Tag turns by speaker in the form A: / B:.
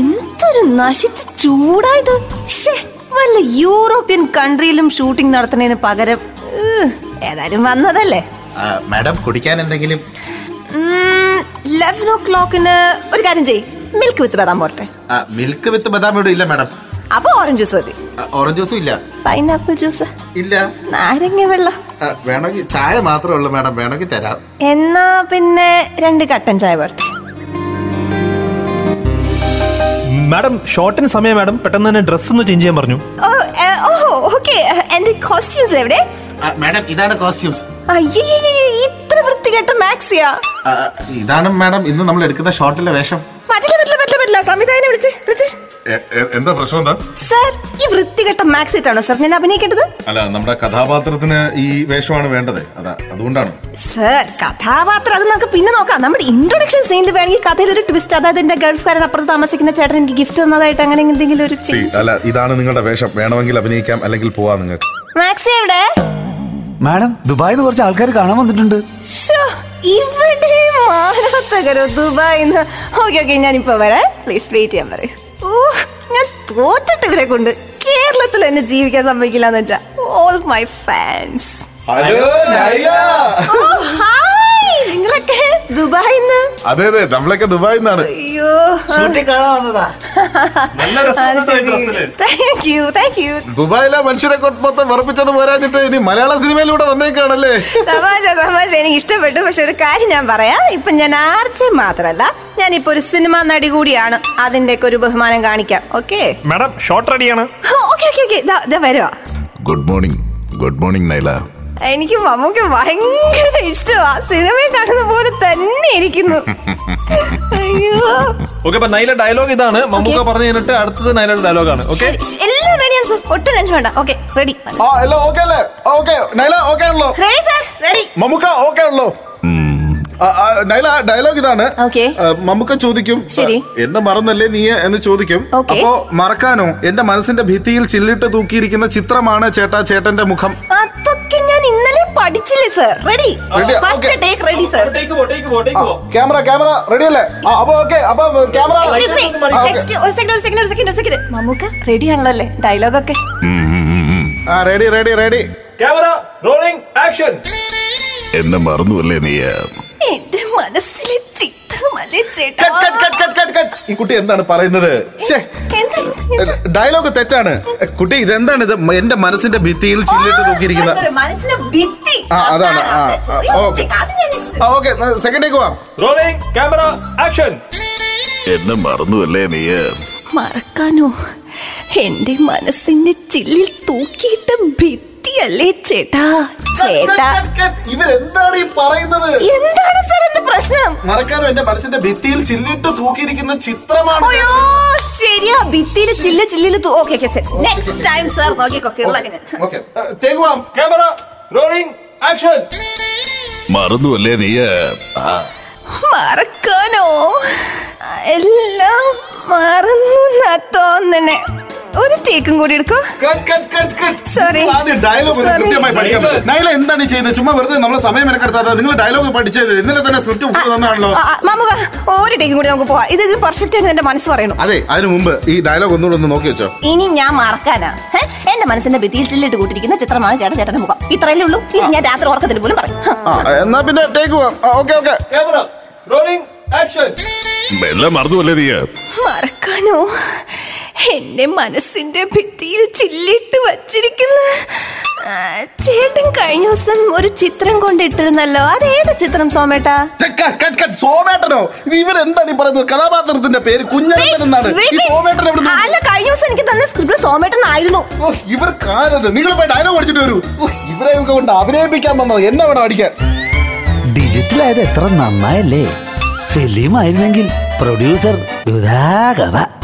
A: എന്തൊരു നശിച്ച ചൂടായത് ശ്ശേ, വല്ല യൂറോപ്യൻ കൺട്രിയിലും ഷൂട്ടിംഗ് നടത്തുന്നതിന് പകരം ഏഹ്, ഏതായാലും വന്നതല്ലേ
B: ആ, മാഡം കുടിക്കാൻ എന്തെങ്കിലും
A: ലെവൻ ഓ ക്ലോക്കിന് ഒരു കാര്യം ചെയ് മിൽക്ക് വിത്ത് ബദാം പോരട്ടെ
B: ആ, മിൽക്ക് വിത്ത് ബദാം ഇവിടെ ഇല്ല മാഡം
A: അപ്പൊ ഓറഞ്ച് ജ്യൂസ് മതി
B: ആ, ഓറഞ്ച് ജ്യൂസും ഇല്ല
A: പൈനാപ്പിൾ ജ്യൂസ്
B: ഇല്ല
A: നാരങ്ങ വെള്ളം
B: ആ, വേണമെങ്കിൽ ചായ മാത്രമേ ഉള്ളൂ മാഡം വേണമെങ്കിൽ തരാം
A: എന്നാ പിന്നെ രണ്ട് കട്ടൻ ചായ പോരട്ടെ
C: മാഡം ഷോർട്ടിന് സമയം മാഡം പെട്ടെന്ന് തന്നെ ഡ്രസ്സ് ഒന്ന് ചേഞ്ച് ചെയ്യാൻ പറഞ്ഞു
A: ഓ ഏ, ഓ ഓക്കെ എന്റെ കോസ്റ്റ്യൂംസ് എവിടെ
B: ആ, മാഡം ഇതാണ് കോസ്റ്റ്യൂംസ്
A: അയ്യേ ഇത്ര വൃത്തികെട്ട മാക്സിയാ
B: ആ, ഇതാണ് മാഡം ഇന്ന് നമ്മൾ എടുക്കുന്ന ഷോർട്ടിലെ വേഷം
A: പറ്റില്ല പറ്റില്ല പറ്റില്ല പറ്റില്ല സംവിധായകനെ വിളിച്ച് വിളിച്ച്
D: എ- എ- എന്താ പ്രശ്നം എന്താ
A: സർ ഈ വൃത്തികെട്ട മാക്സ് ഇട്ടാണോ സർ ഞാൻ അഭിനയിക്കേണ്ടത്
D: അല്ല നമ്മുടെ കഥാപാത്രത്തിന് ഈ വേഷമാണ് വേണ്ടത് അതാ അതുകൊണ്ടാണ്
A: സർ കഥാപാത്രം അത് നമുക്ക് പിന്നെ നോക്കാം നമ്മുടെ ഇൻട്രൊഡക്ഷൻ സീനിൽ വേണമെങ്കിൽ കഥയിൽ ഒരു ട്വിസ്റ്റ് അതായത് എന്റെ ഗൾഫ്കാരൻ അപ്പുറത്ത് താമസിക്കുന്ന ചേട്ടൻ എനിക്ക് ഗിഫ്റ്റ് തന്നതായിട്ട് അങ്ങനെ എന്തെങ്കിലും ഒരു
D: സി അല്ല ഇതാണ് നിങ്ങളുടെ വേഷം വേണമെങ്കിൽ അഭിനയിക്കാം അല്ലെങ്കിൽ പോവാ നിങ്ങൾക്ക്
A: മാക്സ് എവിടെ
E: മാഡം ദുബായിൽ നിന്ന് കുറച്ച് ആൾക്കാർ കാണാൻ വന്നിട്ടുണ്ട്
A: ശ്ശോ, ഇവിടെ മാനത്തകരോ ദുബായിന്ന് ഓക്കെ ഓക്കെ ഞാനിപ്പോ വരാം പ്ലീസ് വെയിറ്റ് ചെയ്യാൻ പറയും ഓ ഞാൻ തോറ്റിട്ട് ഇവരെ കൊണ്ട് കേരളത്തിൽ എന്നെ ജീവിക്കാൻ സമ്മതിക്കില്ല എന്ന് വെച്ചാ all my fans
D: hello
A: oh hi നിങ്ങളൊക്കെ ദുബായിന്ന്
D: അതെ അതെ നമ്മളൊക്കെ ദുബായിൽ നിന്നാണ്
A: അയ്യോ
E: കാണാൻ വന്നതാ
D: നല്ല
A: താങ്ക് യു താങ്ക് യു
D: ദുബായിലെ മനുഷ്യരെ കൊട്ടപ്പത്തെ വിറപ്പിച്ചത് പോരാഞ്ഞിട്ട് ഇനി മലയാള സിനിമയിലൂടെ വന്നേക്കാണല്ലേ
A: തമാശ തമാശ എനിക്ക് ഇഷ്ടപ്പെട്ടു പക്ഷെ ഒരു കാര്യം ഞാൻ പറയാം ഇപ്പൊ ഞാൻ ആർച്ചയും മാത്രല്ല ഞാനിപ്പോ ഒരു സിനിമ നടി കൂടിയാണ് അതിന്റെയൊക്കെ ഒരു ബഹുമാനം കാണിക്കാം ഓക്കെ
C: മാഡം ഷോർട്ട് റെഡിയാണ്
A: ഓക്കെ ഓക്കെ ഓക്കെ ഇതാ വരുവാ
D: good morning good morning Nyla
A: എനിക്ക് മമ്മൂക്ക് ഭയങ്കര ഇഷ്ടമാ സിനിമയെ കാണുന്ന പോലെ തന്നെ ഇരിക്കുന്നു അയ്യോ
C: ഓക്കെ അപ്പൊ നൈല ഡയലോഗ് ഇതാണ് മമ്മൂക്ക
A: Okay.
C: പറഞ്ഞു കഴിഞ്ഞിട്ട് അടുത്തത് നൈലയുടെ ഡയലോഗാണ് ഓക്കെ
A: ശരി, ശരി, എല്ലാം റെഡിയാണ് സർ ഒട്ടും ടെൻഷൻ വേണ്ട ഓക്കെ റെഡി
D: ആ എല്ലാം ഓക്കെ അല്ലേ ഓക്കെ നൈല ഓക്കെ ആണല്ലോ
A: ready sir ready
D: Mammookka okay ആണല്ലോ ആ, ആ, നൈല ഡയലോഗ് ഇതാണ്
A: Okay.
D: ആ, മമ്മൂക്ക ചോദിക്കും
A: ശരി.
D: ആ, എന്നെ മറന്നല്ലേ നീ എന്ന് ചോദിക്കും
A: Okay.
D: അപ്പോ മറക്കാനോ എന്റെ മനസ്സിന്റെ ഭിത്തിയിൽ ചില്ലിട്ട് തൂക്കിയിരിക്കുന്ന ചിത്രമാണ് ചേട്ടാ ചേട്ടന്റെ മുഖം
A: അതൊക്കെ ഞാൻ ഇന്നലെ പഠിച്ചില്ലേ sir ready
D: Ready,
A: first
D: okay.
A: Take ready sir
D: camera camera ready അല്ലേ ആ, അപ്പൊ ഓക്കെ അപ്പൊ camera
A: excuse me
D: Ah,
A: excuse ഒരു സെക്കൻഡ് ഒരു സെക്കൻഡ് ഒരു സെക്കൻഡ് ഒരു സെക്കൻഡ് മമ്മൂക്ക റെഡി ആണല്ലോ അല്ലേ ഡയലോഗ് ഒക്കെ
D: ആ റെഡി റെഡി റെഡി
F: എന്നെ മറന്നുവല്ലേ നീ
A: എന്റെ മനസ്സിലെ ചിത്രമല്ലേ ചേട്ടാ
D: cut cut cut cut cut cut ഈ കുട്ടി എന്താണ് പറയുന്നത് ശ്ശേ,
A: എന്താ എന്താ?
D: ഡയലോഗ് തെറ്റാണ് കുട്ടി ഇതെന്താണ് ഇത് എന്റെ മനസ്സിന്റെ ഭിത്തിയിൽ ചില്ലിട്ട് തൂക്കിയിരിക്കുന്ന
A: ആ, sorry, sorry, മനസ്സിലെ ഭിത്തി
D: ആ, അതാണ്, ആ, ആ, okay.
A: അത് ഞാൻ next.
D: ആ ഓക്കെ സെക്കൻഡേക്ക് പോവാം
F: എന്നെ മറന്നുവല്ലേ നീ
A: മറക്കാനോ എന്റെ മനസ്സിന്റെ ചില്ലിൽ തൂക്കിയിട്ട ഭിത്തിയല്ലേ ചേട്ടാ ചേട്ടാ
D: കട്ട്, കട്ട്, കട്ട്. ഇവരെന്താണ് ഈ പറയുന്നത്
A: എന്താണ് സാർ എന്റെ പ്രശ്നം
D: മറക്കാനും എന്റെ മനസ്സിന്റെ ഭിത്തിയിൽ ചില്ലിട്ട് തൂക്കിയിരിക്കുന്ന ചിത്രമാണ്
A: അയ്യോ ശരിയാ ഭിത്തിയിൽ ചില്ല ചില്ലിൽ okay okay sir next time sir നോക്കിക്കൊക്കെ
D: ഓക്കെ തേക്കുവാം
F: മറന്നുവല്ലേ നീ
A: മറക്കാനോ എല്ലാം മറന്നു എന്നാ തോന്നണേ ഒരു ടേക്കും കൂടി എടുക്കോ
D: cut cut cut cut
A: Sorry.
D: നിങ്ങൾ ആദ്യം ഡയലോഗ്
A: Sorry.
D: കൃത്യമായി പഠിക്കാൻ പറ്റും നൈല എന്താണ് ഈ ചെയ്യുന്നത് ചുമ്മാ വെറുതെ നമ്മളെ സമയം മെനക്കെടുത്താതെ നിങ്ങൾ ഡയലോഗ് പഠിച്ചത് ഇന്നലെ തന്നെ സ്ക്രിപ്റ്റ് ഫുൾ തന്നാണല്ലോ
A: ആ, ആ, മമുക ഒരു ടേക്കും കൂടി നമുക്ക് പോവാം ഇത് ഇത് പെർഫെക്റ്റ് ആയിട്ട് എന്റെ മനസ്സ് പറയണം
D: അതെ അതിനു മുമ്പ് ഈ ഡയലോഗ് ഒന്നുകൂടെ ഒന്ന് നോക്കി വെച്ചോ
A: ഇനി ഞാൻ മറക്കാനാ ഹെ? എന്റെ മനസ്സിന്റെ ഭിത്തിയിൽ ചില്ലിട്ട് കൂട്ടിരിക്കുന്ന ചിത്രമാണ് ചേട്ടൻ ചേട്ടന്റെ മുഖം ഇത്രയല്ലേ ഉള്ളൂ ഇത് ഞാൻ രാത്രി ഉറക്കത്തിൽ പോലും പറയും ഹ.
D: ആ എന്നാ പിന്നെ ടേക്ക് പോവാം ഓക്കെ ഓക്കെ
F: എല്ലാം മറന്നുവല്ലേ നീ
A: മറക്കാനോ എന്റെ മനസ്സിന്റെ ഭിത്തിയിൽ ചില്ലിട്ട് വച്ചിരിക്കുന്ന ആ, ചേട്ടൻ കഴിഞ്ഞ ദിവസം ഒരു ചിത്രം കൊണ്ടിട്ടിരുന്നല്ലോ അതേത് ചിത്രം സോമേട്ടാ
D: കട്ട് കട്ട് കട്ട് സോമേട്ടനോ ഇത് ഇവരെന്താണ് ഈ പറയുന്നത് കഥാപാത്രത്തിന്റെ പേര് കുഞ്ഞനന്തൻ എന്നാണ് ഈ
A: വിക്കി-
D: സോമേട്ടൻ എവിടെ നിന്ന്
A: അല്ല കഴിഞ്ഞ ദിവസം എനിക്ക് തന്ന സ്ക്രിപ്റ്റ് സോമേട്ടൻ ആയിരുന്നു
D: ഓ, ഇവർക്ക് ആരത് നിങ്ങൾ പോയി ഡയലോഗ് അടിച്ചിട്ട് വരൂ ഓ, ഇവരെ ഒക്കെ കൊണ്ട് അഭിനയിപ്പിക്കാൻ വന്നത് എന്നെ വേണം അടിക്കാൻ
E: ഡിജിറ്റൽ ആയത് എത്ര നന്നായല്ലേ ഫിലിം ആയിരുന്നെങ്കിൽ പ്രൊഡ്യൂസർ ഉദാഗത